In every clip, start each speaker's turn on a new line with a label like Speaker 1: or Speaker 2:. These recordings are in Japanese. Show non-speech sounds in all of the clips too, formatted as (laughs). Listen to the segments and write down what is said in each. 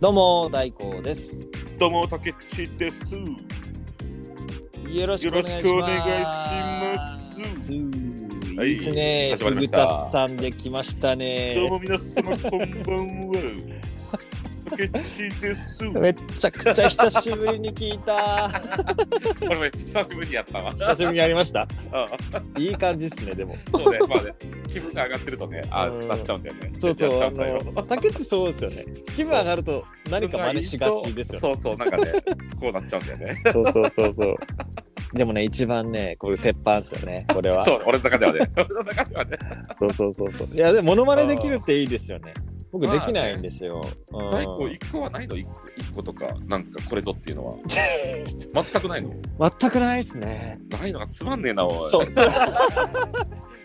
Speaker 1: どうも大光です。
Speaker 2: どうも、たけっちです。
Speaker 1: よろしくお願いします。
Speaker 2: よろし
Speaker 1: い
Speaker 2: す
Speaker 1: いですね。
Speaker 2: はい始まり
Speaker 1: ふ
Speaker 2: ました
Speaker 1: たさんできました
Speaker 2: どう
Speaker 1: ね。
Speaker 2: も、皆様、こんばんは。たけっちです。
Speaker 1: めちゃくちゃ久しぶりに聞いた。
Speaker 2: これ、久しぶりにやった
Speaker 1: (laughs)
Speaker 2: わ。
Speaker 1: 久しぶりにやりました。
Speaker 2: あ
Speaker 1: いい感じですね。でも。
Speaker 2: そうね、まあね、気分が上がってるとね、あ
Speaker 1: うん
Speaker 2: なっちゃうんだよね。
Speaker 1: そうそう。
Speaker 2: や
Speaker 1: あ
Speaker 2: っちゃうんだよ
Speaker 1: の竹内そうですよね。気分上がると何か真似しがちですよね。
Speaker 2: そうそう、なんかね、こうなっちゃうんだよ
Speaker 1: (laughs)
Speaker 2: ね。
Speaker 1: そうそうそうそう。でもね一番ねこれ鉄板ですよね。これは。
Speaker 2: そう、俺の中では
Speaker 1: (laughs)
Speaker 2: ね。俺の中ではね。
Speaker 1: そうそうそうそう。いやでもモノマネできるっていいですよね。僕できないんですよ。うん
Speaker 2: 大工一個はないの一個一個とか、なんかこれぞっていうのは。全くないの
Speaker 1: 全くないですね。
Speaker 2: ないのがつまんねえな、おい。
Speaker 1: そう。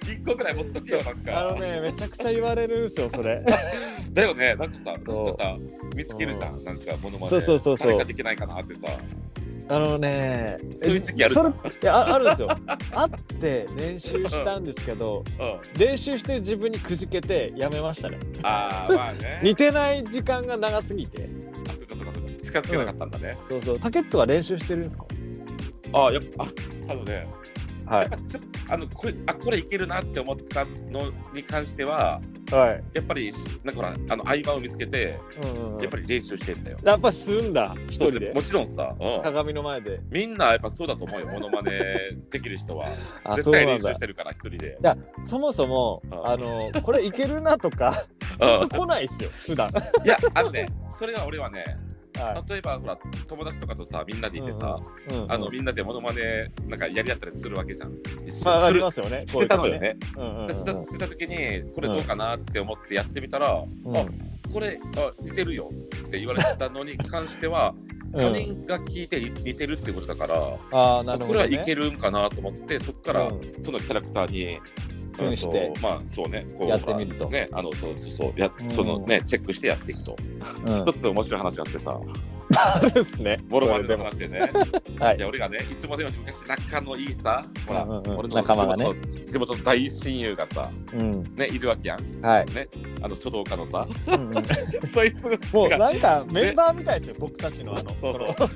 Speaker 2: 一個くらい持っとけよ、なんか。
Speaker 1: あのね、めちゃくちゃ言われるんですよ、それ。
Speaker 2: だよね、なんかさ、なんか
Speaker 1: そう
Speaker 2: さ、見つけるじゃん、なんかものまね。
Speaker 1: そうそうそうそう
Speaker 2: 誰かできないかなってさ、
Speaker 1: あのね、
Speaker 2: そういう時ある
Speaker 1: それいやああるんですよ。あって練習したんですけど、
Speaker 2: うん、
Speaker 1: 練習してる自分にくじけてやめましたね。
Speaker 2: ああ、まあね。
Speaker 1: 似てない時間が長すぎて。
Speaker 2: あそうかそうかそうか、近づけなかったんだね。
Speaker 1: そうそう。タケットは練習してるんですか
Speaker 2: ああ、やっぱ、あのね、
Speaker 1: は
Speaker 2: あのこれ、あ、これいけるなって思ったのに関しては、
Speaker 1: い。はい。
Speaker 2: やっぱり、なんかほら、あの合間を見つけて、
Speaker 1: うんうん、
Speaker 2: やっぱり練習してんだよ。
Speaker 1: やっぱすんだ、一
Speaker 2: そう
Speaker 1: 人
Speaker 2: で
Speaker 1: で
Speaker 2: すねも。ちろんさ、うん、
Speaker 1: 鏡の前で。
Speaker 2: みんなやっぱそうだと思うよ、モノマネできる人は。
Speaker 1: (laughs) あ、そ
Speaker 2: 絶
Speaker 1: う
Speaker 2: 対
Speaker 1: な
Speaker 2: 練
Speaker 1: ん
Speaker 2: 習
Speaker 1: だ
Speaker 2: し。てるから、一人で。
Speaker 1: そもそも、
Speaker 2: うん
Speaker 1: あの、これいけるなと
Speaker 2: (laughs)
Speaker 1: か、
Speaker 2: う
Speaker 1: ほんと来ないっすよ、普段。
Speaker 2: ん、いや、あのね、それは俺はね、
Speaker 1: は
Speaker 2: 例えばほら、友達とかとさ、みんなでいてさ、
Speaker 1: うんうんい。うんうん
Speaker 2: あのみんなでモノマネなんかやり合ったりするわけじゃん。
Speaker 1: まあ、あ
Speaker 2: す
Speaker 1: り
Speaker 2: る
Speaker 1: ますよね。
Speaker 2: してたのよね。
Speaker 1: こういうのね。
Speaker 2: でしたした時にこれどうかなって思ってやってみたら、
Speaker 1: うんうんうん
Speaker 2: あこれあ似てるよって言われ
Speaker 1: (laughs)
Speaker 2: たのに関しては、
Speaker 1: うん
Speaker 2: 他人が聞いて似てるってことだから、
Speaker 1: ああ、なる
Speaker 2: こ
Speaker 1: ほど、
Speaker 2: れは
Speaker 1: ね。
Speaker 2: いけるんかなと思ってそこから
Speaker 1: うん
Speaker 2: そのキャラクターに。
Speaker 1: 扮して
Speaker 2: うんとまあそうねこう
Speaker 1: やってみると
Speaker 2: ねあのそうそうそうや
Speaker 1: うん
Speaker 2: そのねチェックしてやっていくと
Speaker 1: うん
Speaker 2: 一つ面白い話があってさ
Speaker 1: あるっすね。
Speaker 2: モロマ
Speaker 1: そ
Speaker 2: ネ
Speaker 1: れで
Speaker 2: の
Speaker 1: も。
Speaker 2: 話でね
Speaker 1: はい
Speaker 2: や
Speaker 1: い。
Speaker 2: 俺がねいつまでも昔仲のいいさほら、
Speaker 1: うんうんうん
Speaker 2: 俺の
Speaker 1: 仲間がね
Speaker 2: 地元の地元の大親友がさ
Speaker 1: うん。
Speaker 2: ねいるわけやん (laughs)
Speaker 1: はい。
Speaker 2: あの書道家の
Speaker 1: (laughs)
Speaker 2: さ
Speaker 1: うんうん
Speaker 2: そいつ
Speaker 1: もう
Speaker 2: が
Speaker 1: なんかメンバーみたいですよ、僕たちのあの、
Speaker 2: そうそう
Speaker 1: この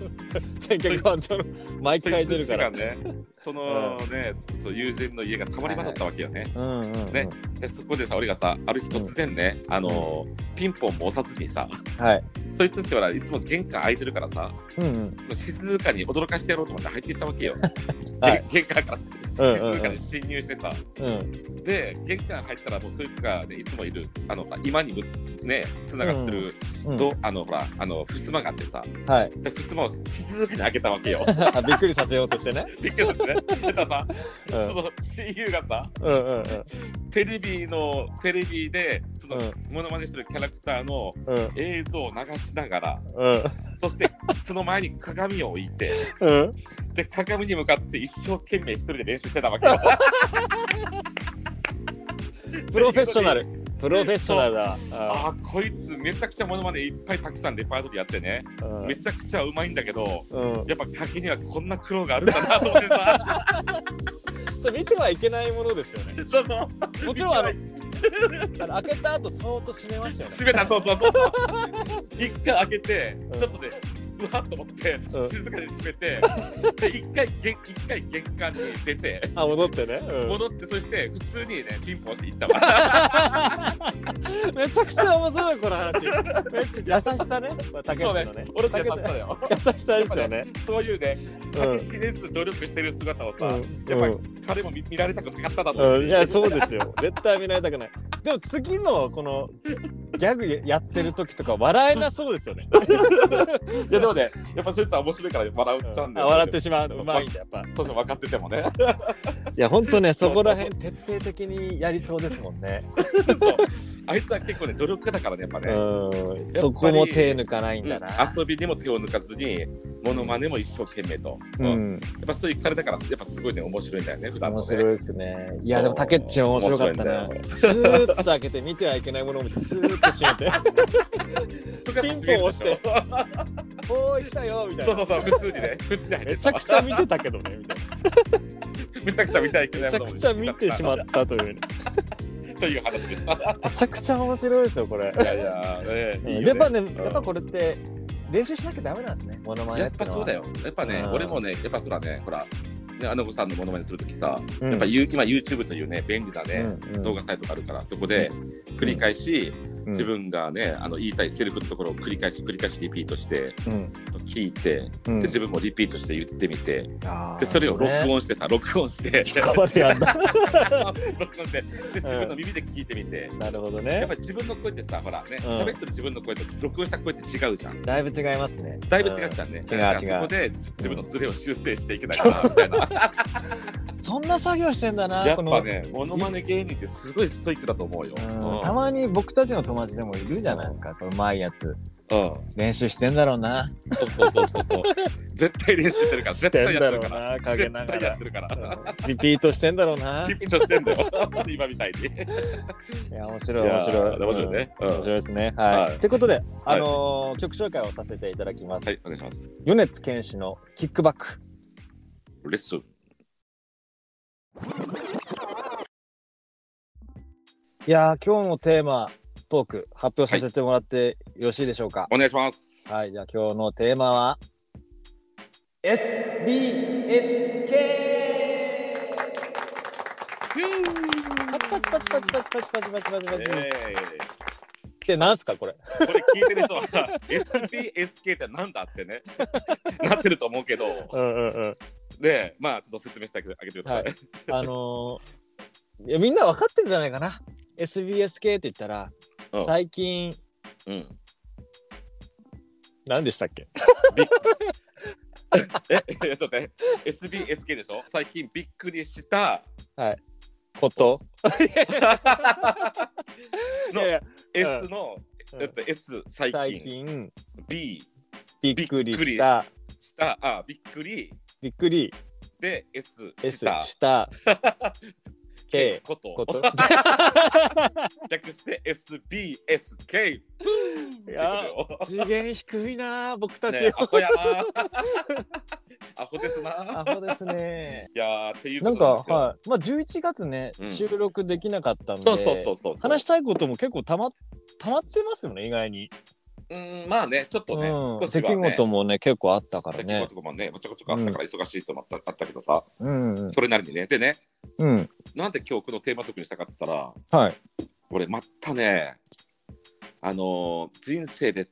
Speaker 1: 選挙区番長の毎
Speaker 2: そい
Speaker 1: 回
Speaker 2: つ
Speaker 1: 出るから。
Speaker 2: がねそのね、そう友人の家がたまりまだったわけよね、
Speaker 1: うんうんうん
Speaker 2: ねでそこでさ俺がさある日突然ね、あのピンポンも押さずにさ
Speaker 1: はい。
Speaker 2: そいつってほらいつも玄関開いてるからさ
Speaker 1: うんうん。
Speaker 2: 静かに驚かしてやろうと思って入っていったわけよ、
Speaker 1: (laughs) はい
Speaker 2: で玄関から
Speaker 1: うんうんうん
Speaker 2: 静かに侵入してさ、
Speaker 1: うん。
Speaker 2: で玄関入ったらもうそいつが、ね、いつもいるあの今にぶねつながってる、
Speaker 1: うん
Speaker 2: どあのほらあの襖があってさ
Speaker 1: はい。 (laughs)
Speaker 2: で襖を静かに開けたわけよ。
Speaker 1: あびっくりさせようとしてね。
Speaker 2: (laughs) できるんね。でさ、
Speaker 1: う
Speaker 2: そ
Speaker 1: ん
Speaker 2: の親友がさ
Speaker 1: うんうんうん。
Speaker 2: テレビのテレビでその
Speaker 1: うん
Speaker 2: モノマネしてるキャラクターの
Speaker 1: うん
Speaker 2: 映像を流しながら
Speaker 1: うん
Speaker 2: そしてその前に鏡を置い
Speaker 1: (laughs)
Speaker 2: て
Speaker 1: うん。
Speaker 2: で鏡に向かって一生懸命一人で練習してたわけよ。
Speaker 1: プロフェッショナル。プロフェッショナルだ。あ
Speaker 2: あーこいつめちゃくちゃモノマネいっぱいたくさんレパートリーやってね。
Speaker 1: ー
Speaker 2: めちゃくちゃうまいんだけど、
Speaker 1: うん。うん
Speaker 2: やっぱ柿にはこんな苦労があるんだなと思って
Speaker 1: (laughs)
Speaker 2: さ、
Speaker 1: それ見てはいけないものですよ (laughs) ね。
Speaker 2: そうそう、
Speaker 1: もちろんあのあの開けた後そーっと閉めましたよね。 (laughs)
Speaker 2: 閉めた、そうそうそうそう、 (laughs) 一回開けて、
Speaker 1: うん
Speaker 2: ちょっとね、うわっと思って、
Speaker 1: うん
Speaker 2: 静かに閉めて、で一回げ一回玄関に出て、
Speaker 1: あ戻ってね、うん
Speaker 2: 戻って、そして普通にね、ピンポンして行っ
Speaker 1: (laughs)
Speaker 2: たわ。
Speaker 1: めちゃくちゃ面白いこの話めっちゃ優しさねまあ竹
Speaker 2: そう
Speaker 1: 内の
Speaker 2: ね
Speaker 1: ね、
Speaker 2: 俺の優
Speaker 1: 竹
Speaker 2: し
Speaker 1: 内
Speaker 2: さだよ。
Speaker 1: 優しさですよね
Speaker 2: そういうね、
Speaker 1: うん
Speaker 2: 柿にず努力してる姿をさ、
Speaker 1: うん
Speaker 2: やっぱり彼も見見られたくなかっただろ
Speaker 1: う、
Speaker 2: うん
Speaker 1: いやそうですよ絶対見られたくないでも次のこのギャグやってる時とか笑えなそうですよ
Speaker 2: (laughs)
Speaker 1: ね
Speaker 2: いやでもね、やっぱそいつは面白いから笑っちゃうんだ
Speaker 1: あ
Speaker 2: よ。
Speaker 1: 笑ってしまううまいんだやっぱ
Speaker 2: そうそう分かっててもね。
Speaker 1: いや本当ね
Speaker 2: そこら
Speaker 1: 辺徹底的にやりそうですもんね
Speaker 2: そう (laughs) あいつは結構ね努力家だからねやっぱね、
Speaker 1: うんそこも手抜かないんだな
Speaker 2: 遊びにも手を抜かずにモノマネも一生懸命と、
Speaker 1: う
Speaker 2: やっ
Speaker 1: ん
Speaker 2: ぱそういう彼だからやっぱすごいね面白いんだよね普段も
Speaker 1: 面
Speaker 2: ね
Speaker 1: 白いですね。い
Speaker 2: そ
Speaker 1: や
Speaker 2: う
Speaker 1: でもタケッチも面白かったな
Speaker 2: 面白いん。
Speaker 1: スーッと開けて見てはいけないものを見てスーッと閉めて
Speaker 2: そこが
Speaker 1: ピンポン押して (laughs) おーい来たよみたい
Speaker 2: そう
Speaker 1: な
Speaker 2: そうそう普通に
Speaker 1: (laughs)
Speaker 2: ね普通に入って
Speaker 1: めちゃくちゃ見てたけどねみたい
Speaker 2: めちゃくちゃ見たいけ
Speaker 1: な
Speaker 2: な
Speaker 1: め
Speaker 2: い
Speaker 1: ちゃくちゃ見てしま
Speaker 2: っ
Speaker 1: ったというね
Speaker 2: という話でした。
Speaker 1: めちゃくちゃ面白いですよこれ。
Speaker 2: いやいや、ええいいよね
Speaker 1: やっぱね、
Speaker 2: うん
Speaker 1: やっぱこれって練習しなきゃダメなんですね。モノマネ
Speaker 2: や
Speaker 1: っ
Speaker 2: ってぱ
Speaker 1: のは
Speaker 2: そうだよ。やっぱね
Speaker 1: う、ん
Speaker 2: 俺もね、やっぱそらね、ほら、ね、あの子さんのモノマネするときさ、
Speaker 1: うん
Speaker 2: やっぱゆ今 YouTube というね、便利なね、
Speaker 1: うんうん
Speaker 2: 動画サイトがあるから、そこで繰り返し、
Speaker 1: うん
Speaker 2: 自分がね、あの言いたいセリフのところを繰り返し繰り返しリピートして、
Speaker 1: うん
Speaker 2: 聞いて、
Speaker 1: うん
Speaker 2: で自分もリピートして言ってみて、
Speaker 1: あー
Speaker 2: でそれを録
Speaker 1: ね
Speaker 2: 音してさ、録音して、
Speaker 1: (laughs) これやんだ
Speaker 2: 録音して、で自分の耳で聞いてみて、
Speaker 1: なるほど
Speaker 2: や
Speaker 1: ね
Speaker 2: っぱ。り自分の声ってさ、ほらね、
Speaker 1: うん
Speaker 2: 喋ってる自分の声と録音した声って違うじゃん。
Speaker 1: だいぶ違いますね。
Speaker 2: だいぶ違ったね。
Speaker 1: ん違う
Speaker 2: だから
Speaker 1: 違う
Speaker 2: そこで自分のズレを修正していけないかなみたい
Speaker 1: (laughs)
Speaker 2: な。
Speaker 1: うんそんな作業してんだな。
Speaker 2: やっ
Speaker 1: この
Speaker 2: ぱね、モノマネ芸人ってすごいストイックだと思うよ。
Speaker 1: うんたまに僕たちの友達でもいるじゃないですか、このうまいやつ。
Speaker 2: うん。うん
Speaker 1: 練習してんだろうな。
Speaker 2: そうそうそうそうそう。絶対練習してるから、
Speaker 1: し
Speaker 2: 絶
Speaker 1: て
Speaker 2: 対
Speaker 1: ん
Speaker 2: や
Speaker 1: だ
Speaker 2: って
Speaker 1: ろ
Speaker 2: る
Speaker 1: う
Speaker 2: から。
Speaker 1: な、陰な
Speaker 2: 絶
Speaker 1: が
Speaker 2: 対やっ
Speaker 1: ら
Speaker 2: て。るから。
Speaker 1: うんリピートしてんだろうな。
Speaker 2: 緊張してんだよ。今みたいに。
Speaker 1: いや、面白い、面白い。
Speaker 2: 面白いね。
Speaker 1: う。
Speaker 2: うんん
Speaker 1: 面
Speaker 2: は
Speaker 1: 白い
Speaker 2: い、
Speaker 1: ですね。は
Speaker 2: はい
Speaker 1: い。ということで、あのー、曲紹介をさせていただきます。
Speaker 2: お願いします。
Speaker 1: 米津玄師のキックバック。
Speaker 2: レッスン。
Speaker 1: いやー、今日のテーマ、トーク、発表させてもらってよろしいでしょうか。
Speaker 2: お願いします。
Speaker 1: はい、じゃあ今日のテーマは SBSK! パチパチパチパチパチパチパチパチパチパチっ
Speaker 2: え
Speaker 1: てなんすかこれ
Speaker 2: ーこれ聞いてる人は SPSK ってなんだってねなってると思うけど
Speaker 1: うんうんうん
Speaker 2: でまあちょっと説明してあげてあげてください、
Speaker 1: はあのー、いやみんな分かってるんじゃないかな SBSK って言ったら、
Speaker 2: うん
Speaker 1: 最近
Speaker 2: うん
Speaker 1: 何でしたっけ
Speaker 2: え、いやちょっとね、SBSK でしょ最近びっくりした
Speaker 1: こと
Speaker 2: の
Speaker 1: いやいや
Speaker 2: S の、
Speaker 1: うん
Speaker 2: だって S 最近
Speaker 1: 最近
Speaker 2: B
Speaker 1: びっくりした
Speaker 2: した、あ、びっくり、
Speaker 1: びっくり
Speaker 2: で S
Speaker 1: S
Speaker 2: した、
Speaker 1: した K
Speaker 2: こと、
Speaker 1: こと
Speaker 2: 略して SBSK。
Speaker 1: いや
Speaker 2: ってことよ
Speaker 1: 次元低いなー僕たち
Speaker 2: (laughs) ね、アホやな。 (laughs) アホですな
Speaker 1: ア。ホですね。
Speaker 2: いやー、っていう
Speaker 1: な
Speaker 2: こ
Speaker 1: ん
Speaker 2: と
Speaker 1: か、
Speaker 2: なんですよ。
Speaker 1: はい。まあ、11月ね、
Speaker 2: うん
Speaker 1: 収録できなかったんで、
Speaker 2: そうそうそうそう。
Speaker 1: 話したいことも結構たま、たまってますよね、意外に。
Speaker 2: うん、まあね、ちょっとね、
Speaker 1: うん
Speaker 2: 少しはね。
Speaker 1: 出来事もね、結構あったから
Speaker 2: 出来
Speaker 1: ね。
Speaker 2: 事もね、ちょこちょこあったから忙しいともあった,、あったけどさ、
Speaker 1: うんうん。
Speaker 2: それなりにね。でね、
Speaker 1: うん。
Speaker 2: なんで今日このテーマ特にしたかって言ったら、
Speaker 1: はい。
Speaker 2: 俺、またね、あのー人生で、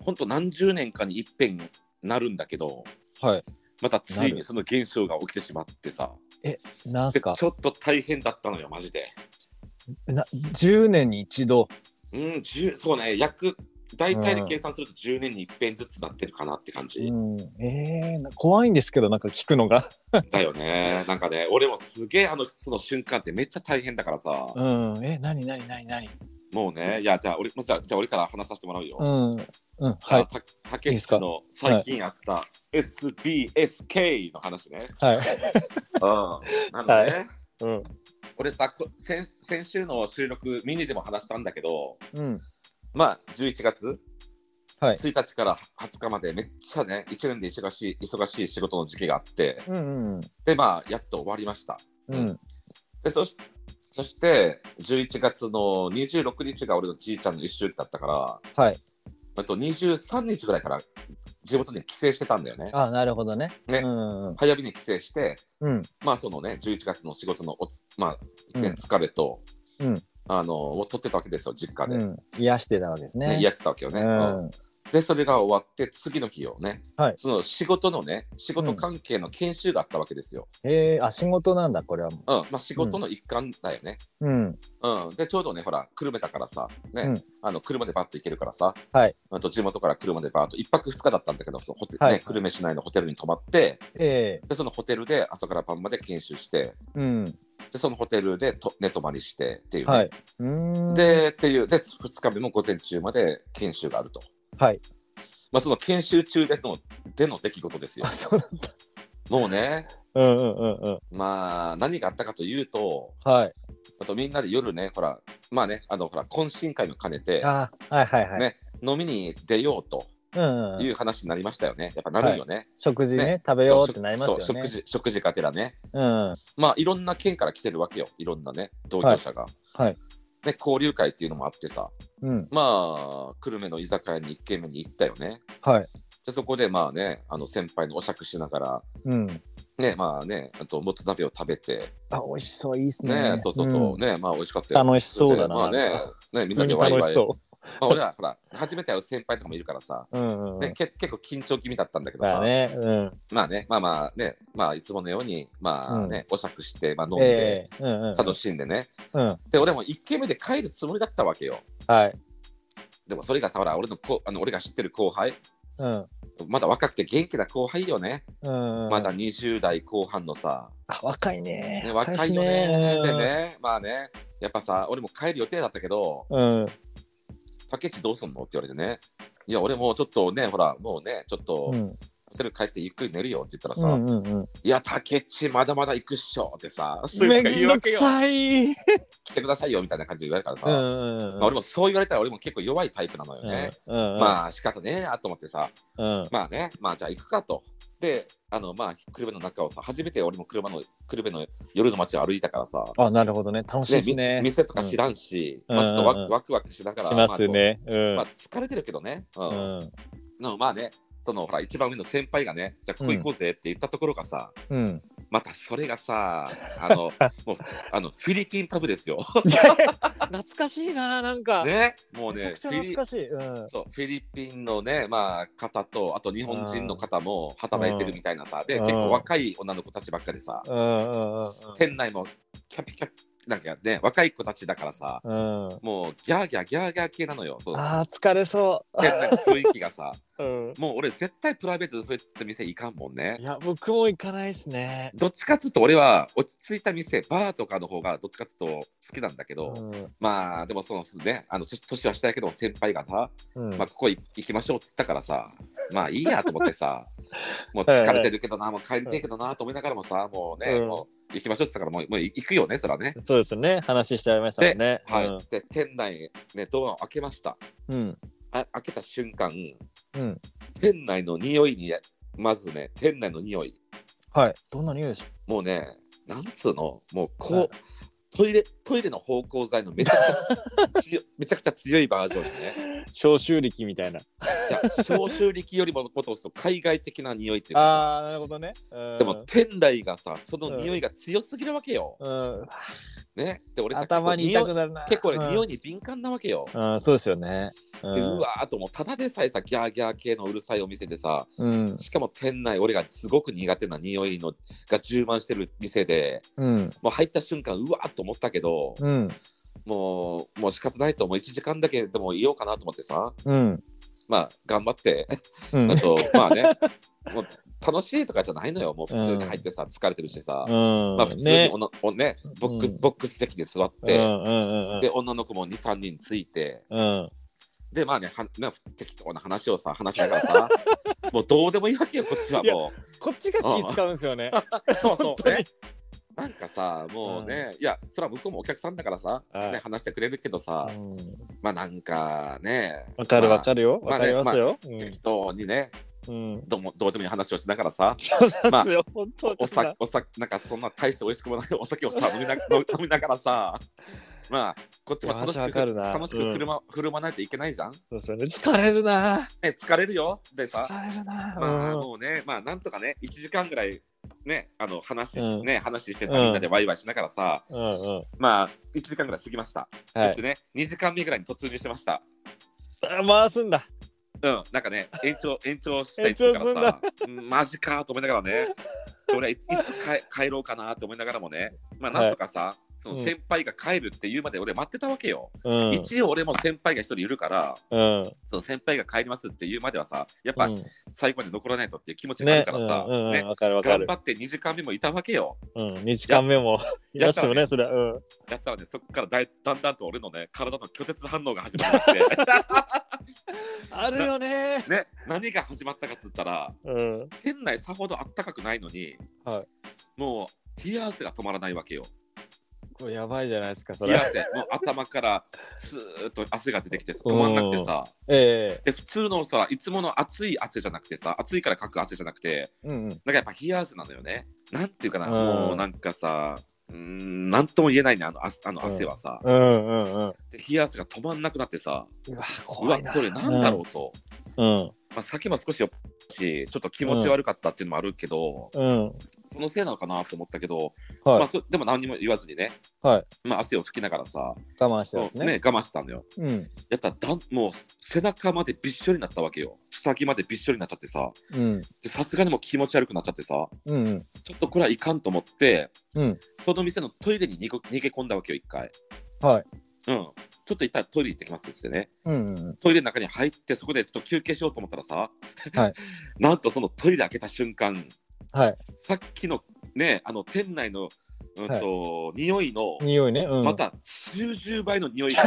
Speaker 2: ほんと何十年かに一遍なるんだけど、
Speaker 1: はい。
Speaker 2: またつい
Speaker 1: な
Speaker 2: に
Speaker 1: る
Speaker 2: その現象が起きてしまってさ、
Speaker 1: なん
Speaker 2: ですちょ
Speaker 1: か
Speaker 2: っ、と大変だったのよ、マジで。
Speaker 1: な10年に一度。
Speaker 2: うん、十そうね、約、大体で計算すると10年に一遍ずつなってるかなって感
Speaker 1: う
Speaker 2: じ
Speaker 1: ん。えー、な怖いんですけど、なんか聞くのが。
Speaker 2: だよね。なんかね、俺もすげえあのその瞬間ってめっちゃ大変だからさ、
Speaker 1: うん。え、なになになになに
Speaker 2: もうね、いや、じゃあ俺、まずはじゃあ俺から話させてもらうよ。
Speaker 1: うん。うん。はい。
Speaker 2: たたけしさんの
Speaker 1: か
Speaker 2: 最近あった SBSK の話ね。
Speaker 1: はい。
Speaker 2: うん、なのでね、
Speaker 1: うん。
Speaker 2: 俺さこ先、先週の収録ミニでも話したんだけど、
Speaker 1: うん。
Speaker 2: まあ、11月、
Speaker 1: はい
Speaker 2: 1日から20日までめっちゃね、1年で忙しい忙しい仕事の時期があって、
Speaker 1: うんうん。
Speaker 2: で、まあ、やっと終わりました。
Speaker 1: うん。
Speaker 2: で、そしそして、11月の26日が俺のじいちゃんの一周忌だったから、
Speaker 1: はい。
Speaker 2: あと23日ぐらいから地元に帰省してたんだよね。
Speaker 1: あ、なるほどね。
Speaker 2: ね
Speaker 1: うんうん。
Speaker 2: 早めに帰省して、
Speaker 1: うん。
Speaker 2: まあそのね、11月の仕事のおつ、まあ、
Speaker 1: うん
Speaker 2: ね、疲れと、
Speaker 1: うん
Speaker 2: あの、を取ってたわけですよ、実家で。
Speaker 1: うん、癒してたわけですね。
Speaker 2: ね、癒してたわけよね、うん
Speaker 1: う
Speaker 2: で、それが終わって、次の日をね、
Speaker 1: はい
Speaker 2: その仕事のね、仕事関係の研修があったわけですよ。
Speaker 1: ん、へえあ仕事なんだこれはも
Speaker 2: うん、まあ仕事の一環だよね。
Speaker 1: う。うん
Speaker 2: うん、で、ちょうどね、ほら、久留米だからさ、ね、
Speaker 1: うん
Speaker 2: あの、車でバッと行けるからさ、
Speaker 1: はい。
Speaker 2: あと地元から車でバーッと、一泊二日だったんだけど、そのホテル、
Speaker 1: はい
Speaker 2: ね、久留米市内のホテルに泊まって、
Speaker 1: ええ
Speaker 2: で、そのホテルで朝から晩まで研修して、
Speaker 1: うん
Speaker 2: で、そのホテルでと寝泊まりしてっていうね、
Speaker 1: はい。うーん
Speaker 2: で、っていう、で、2日目も午前中まで研修があると。
Speaker 1: はい。
Speaker 2: まあ、その研修中での、での出来事ですよ
Speaker 1: あ。そうなんだ。
Speaker 2: もうね、
Speaker 1: うんうんうんうん
Speaker 2: まあ、何があったかというと、
Speaker 1: はい。
Speaker 2: あとみんなで夜ね、ほら、まあね、あの、ほら、懇親会も兼ねて、
Speaker 1: あはいはいはい。
Speaker 2: ね、飲みに出ようと
Speaker 1: うんう
Speaker 2: い
Speaker 1: ん、
Speaker 2: う話になりましたよね。やっぱなるよね。
Speaker 1: 食事ね
Speaker 2: ね
Speaker 1: 食べ
Speaker 2: そう
Speaker 1: ようってなりますよね。
Speaker 2: そう食事、食事がてらね。
Speaker 1: うん
Speaker 2: まあ、いろんな県から来てるわけよ。いろんなね、同業者が。
Speaker 1: はいはい
Speaker 2: ね、交流会っていうのもあってさ、
Speaker 1: うん。
Speaker 2: まあ、久留米の居酒屋に1軒目に行ったよね。
Speaker 1: はい。
Speaker 2: で、そこでまあね、あの先輩のお酌しながら、
Speaker 1: うん。
Speaker 2: ね、まあね、あと、もつ鍋を食べて、
Speaker 1: あ、美味しそう、いいっす
Speaker 2: ね
Speaker 1: ね。、
Speaker 2: そうそうそう、
Speaker 1: ん
Speaker 2: ね、まあ、美味しかったよ。
Speaker 1: 楽しそうだな。
Speaker 2: でまあね
Speaker 1: なんか、
Speaker 2: ね、み
Speaker 1: 普通
Speaker 2: んなで
Speaker 1: に
Speaker 2: ワイ
Speaker 1: 楽
Speaker 2: ワ
Speaker 1: し
Speaker 2: イ。ま
Speaker 1: そ
Speaker 2: あ、俺ら、ほら、初めて会う先輩とかもいるからさ、
Speaker 1: う。うんうん。
Speaker 2: ね、け結構緊張気味だったんだけど
Speaker 1: だ
Speaker 2: さ、
Speaker 1: ね。うん。
Speaker 2: まあね、まあまあね、まあ、いつものように、まあね、お酌して、まあ、飲んで、
Speaker 1: ええうんうん。
Speaker 2: 楽しんでね。
Speaker 1: うん。
Speaker 2: で、俺も1軒目で帰るつもりだったわけよ。
Speaker 1: はい。
Speaker 2: でもそれがさ、ほら、俺のこあの俺が知ってる後輩、
Speaker 1: うん。
Speaker 2: まだ若くて元気な後輩よね。
Speaker 1: うんうん。
Speaker 2: まだ20代後半のさ、
Speaker 1: あ若いね。
Speaker 2: ね、若
Speaker 1: っす
Speaker 2: いよね。で。ね、まあね、やっぱさ、俺も帰る予定だったけど、
Speaker 1: うん。
Speaker 2: 竹内どうすんのって言われてね、いや、俺もうちょっとね、ほら、もうね、ちょっと
Speaker 1: う、ん。
Speaker 2: すぐ帰ってゆっくり寝るよって言った
Speaker 1: う
Speaker 2: らさ、
Speaker 1: んうんうん。
Speaker 2: いや、竹内まだまだ行くっしょってさ、すぐ
Speaker 1: め
Speaker 2: 言
Speaker 1: ん
Speaker 2: う
Speaker 1: ど
Speaker 2: わ
Speaker 1: く
Speaker 2: けよ、
Speaker 1: さい。うん
Speaker 2: 来てくださいよみたいな感じで言われたから
Speaker 1: う
Speaker 2: さ、
Speaker 1: んうん。
Speaker 2: まあ、俺もそう言われたら俺も結構弱いタイプなのよね。
Speaker 1: うん。
Speaker 2: まあ仕方ねえなと思ってさ、
Speaker 1: あ。うん。
Speaker 2: まあね、まあじゃあ行くかと。で、あのまあ、久留米の中をさ、初めて俺も車の久留米の夜の街を歩いたからさ、
Speaker 1: あ、なるほどね。楽しいですね
Speaker 2: み。店とか知らんし、
Speaker 1: うん
Speaker 2: まあ、ちょっと
Speaker 1: うんうんうん
Speaker 2: ワクワクワクしながら、
Speaker 1: しますね。う
Speaker 2: まあ
Speaker 1: ん
Speaker 2: まあ。疲れてるけどね、うん
Speaker 1: うん。
Speaker 2: でもまあね、そのほら、一番上の先輩がね、じゃあここ行こうぜって言ったところがさ、
Speaker 1: うん。
Speaker 2: またそれがさ、あ
Speaker 1: (laughs)
Speaker 2: のもうあのフィリピンパブですよ。
Speaker 1: 懐かしいな、なんか。
Speaker 2: ね、もう
Speaker 1: めちゃ
Speaker 2: ね、
Speaker 1: くちゃ
Speaker 2: フィ
Speaker 1: 懐
Speaker 2: リ
Speaker 1: かしい。うん。
Speaker 2: そうフィリピンのね、まあ、方と、あと日本人の方も働いてるみたいなさ、で、
Speaker 1: うん
Speaker 2: 結構若い女の子たちばっかりさ、
Speaker 1: うんうん
Speaker 2: 店内もキャピキャピ、なんかね、若い子たちだからさ、
Speaker 1: うん。うん。
Speaker 2: もうギャーギャーギャーギャー系なのよ、そう
Speaker 1: ああ、疲れそ
Speaker 2: 店内の雰囲気がさ、
Speaker 1: う。うん。
Speaker 2: もう俺、絶対プライベートでそういった店行かんもんね
Speaker 1: い。や、僕も行かないですね。
Speaker 2: どっちかっつうと俺は落ち着いた店バーとかの方がどっちかっつうと好きなんだけ
Speaker 1: う
Speaker 2: ど、
Speaker 1: ん。
Speaker 2: まあでもそのねあのちょ年は下やけど先輩がさ
Speaker 1: うん
Speaker 2: まあ、ここ行きましょうっつったか
Speaker 1: (laughs)
Speaker 2: らさ、まあいいやと思ってさ、もう疲れてるけどな、もう帰りてえけどなと思いながらもさ、もうね、
Speaker 1: うん
Speaker 2: もう行きましょうっつったから、もうもう行くよね、そらね。
Speaker 1: そうですね。話しちゃいましたもんね。
Speaker 2: はい。で、店内、ね、ドアを開けました。
Speaker 1: うん。うん。
Speaker 2: あ開けた瞬間、
Speaker 1: うん。
Speaker 2: 店内の匂いに、まずね、店内の匂い、
Speaker 1: はい。どんな匂いでしょ
Speaker 2: もうね、なんつうの、もうこう、
Speaker 1: はい
Speaker 2: トイレ、トイレの芳香剤のめちゃくちゃ強
Speaker 1: (laughs)
Speaker 2: いめちゃくちゃ強いバージョンね。
Speaker 1: う消臭力みたいな。
Speaker 2: いや消臭力よりもことそう海外的な匂いっていうかさ
Speaker 1: ああ、なるほどね。うん
Speaker 2: でも、店内がさその匂いが強すぎるわけよ。
Speaker 1: うん。
Speaker 2: ね。で俺さ
Speaker 1: 頭に痛く
Speaker 2: 結構
Speaker 1: なるな。
Speaker 2: 匂い結構俺
Speaker 1: い。
Speaker 2: 匂いに敏感なわけよ。
Speaker 1: うん、そうですよね。
Speaker 2: でうわーっともうただでさえさギャーギャー系のうるさいお店でさ
Speaker 1: うん。
Speaker 2: しかも店内俺がすごく苦手な匂いのが充満してる店で
Speaker 1: うん。
Speaker 2: もう入った瞬間うわーっと思ったけど
Speaker 1: うん。
Speaker 2: もうもう仕方ないともう1時間だけでもいようかなと思ってさ
Speaker 1: うん。
Speaker 2: まあ頑張って
Speaker 1: うん
Speaker 2: あ。とま
Speaker 1: (laughs)
Speaker 2: あねもう楽しいとかじゃないのよもう普通に入ってさ疲れてるしさ。まあ普通におのおねボックス、
Speaker 1: うん
Speaker 2: ボックス席で座っ
Speaker 1: う
Speaker 2: て、
Speaker 1: んうんうんうん。
Speaker 2: で女の子も23人ついて
Speaker 1: うん。
Speaker 2: でまあねはね適当な話をさ話しながら
Speaker 1: (laughs)
Speaker 2: さもうどうでもいいわけよこっちはい
Speaker 1: や
Speaker 2: も
Speaker 1: こっちが気使うんですよね。
Speaker 2: うそ
Speaker 1: 本
Speaker 2: うそう
Speaker 1: 当に
Speaker 2: ね。なんかさもうね、いやそら向こうもお客さんだからさ、
Speaker 1: はい
Speaker 2: ね、話してくれるけどさ、
Speaker 1: うん
Speaker 2: まあなんかね
Speaker 1: わかる
Speaker 2: まあ
Speaker 1: わかるよ。
Speaker 2: まあ
Speaker 1: わかりますよ。
Speaker 2: 適当にね
Speaker 1: うん。うん。
Speaker 2: どうもどうでもいい話をしながらさ
Speaker 1: (laughs) そうなんですよ。本当
Speaker 2: おお酒、お酒、なんかそんな大して美味しくもないお酒をさ、飲みな飲みながらさ、まあ、こっちも楽し
Speaker 1: いやわ
Speaker 2: く、
Speaker 1: かるな
Speaker 2: 楽しく振る,、ま振る舞わないといけないじゃん。
Speaker 1: そうですよね。疲れるな。
Speaker 2: ね、疲れるよ。でさ、
Speaker 1: 疲れるな。
Speaker 2: まあ、
Speaker 1: うん
Speaker 2: もうね、まあ、なんとかね、1時間ぐらい、ね、あの話、
Speaker 1: うん
Speaker 2: ね、話してさ、
Speaker 1: うん
Speaker 2: みんなでワイワイしながらさ、
Speaker 1: うんうん。
Speaker 2: まあ、1時間ぐらい過ぎました。
Speaker 1: は
Speaker 2: えっと
Speaker 1: い。
Speaker 2: ね、2時間目ぐらいに突入してました。
Speaker 1: あ回すんだ。
Speaker 2: うん、なんかね、延
Speaker 1: (laughs)
Speaker 2: 長、延長したりするからさ、うんマジかと思いながらね、で俺はいつ、いつ帰帰ろうかなと思いながらもね、まあ、なんとかさ、その先輩が帰るっていうまで俺待ってたわけよ。
Speaker 1: うん。
Speaker 2: 一応俺も先輩が一人いるから、
Speaker 1: うん。
Speaker 2: その先輩が帰りますっていうまではさ、やっ
Speaker 1: う
Speaker 2: ぱ
Speaker 1: ん
Speaker 2: 最後まで残らないとっていう気持ちがある
Speaker 1: ね。
Speaker 2: か
Speaker 1: う
Speaker 2: ら
Speaker 1: ん
Speaker 2: さ、
Speaker 1: うんうん。
Speaker 2: ね
Speaker 1: わかるわか
Speaker 2: 頑
Speaker 1: る
Speaker 2: 張。って2時間目もいたわけよ。
Speaker 1: うん。2時間目
Speaker 2: (laughs)
Speaker 1: もいらっしゃるね、それは。うん。
Speaker 2: だったらね、そこからだいだんだんと俺のね、体の拒絶反応が始まって
Speaker 1: (laughs) あるよね
Speaker 2: き。て、ね、何が始まったかっつったら、
Speaker 1: うん。
Speaker 2: 店内さほどあったかくないのに、
Speaker 1: は
Speaker 2: もう冷や汗が止まらないわけよ。
Speaker 1: これやばいじゃないですか、そ
Speaker 2: 冷
Speaker 1: れ
Speaker 2: や。汗、もう頭からスーッと汗が出てきて止まんなくてさ、
Speaker 1: え
Speaker 2: で普通のさ、いつもの熱い汗じゃなくてさ、暑いからかく汗じゃなくて、
Speaker 1: え。うんうん。
Speaker 2: なんかやっぱ冷や汗なのよね。なんていうかな、
Speaker 1: うん
Speaker 2: もうなんかさ、うーんなんとも言えないね、あのああの汗はさ、
Speaker 1: うんうんうん。
Speaker 2: で冷や汗が止まんなくなってさ、
Speaker 1: うわ、
Speaker 2: うわ、これなんだろうと、
Speaker 1: う。うん。
Speaker 2: まあ、酒も少し酔っ払いしちょっと気持ち悪かったっていうのもあるけど、
Speaker 1: うん。
Speaker 2: そのせいなのかなと思ったけど、ま
Speaker 1: は
Speaker 2: あ、そでも何にも言わずにね、
Speaker 1: い。はい。
Speaker 2: まあ、汗を拭きながらさ、
Speaker 1: 我慢して
Speaker 2: そう
Speaker 1: ま
Speaker 2: ですす
Speaker 1: ね。
Speaker 2: ね、我慢してたのよ。
Speaker 1: うん。
Speaker 2: やったらだんもう背中までびっしょりになったわけよ。下先までびっしょりになっちゃってさ、
Speaker 1: うん。
Speaker 2: でさすがにもう気持ち悪くなっちゃってさ、
Speaker 1: うんうん。
Speaker 2: ちょっとこれはいかんと思って、
Speaker 1: うん。
Speaker 2: その店のトイレに逃げ逃げ込んだわけよ、一回。
Speaker 1: はい。
Speaker 2: うん。ちょっと一旦トイレ行ってきますっつってね。
Speaker 1: うんうんうん。
Speaker 2: トイレの中に入って、そこでちょっと休憩しようと思ったらさ、
Speaker 1: はい。
Speaker 2: (laughs) なんとそのトイレ開けた瞬間、
Speaker 1: はい。
Speaker 2: さっきのね、あの店内の、うんと匂いの、
Speaker 1: 匂いね。うん。
Speaker 2: ま。た数十倍の匂い
Speaker 1: (laughs)
Speaker 2: が、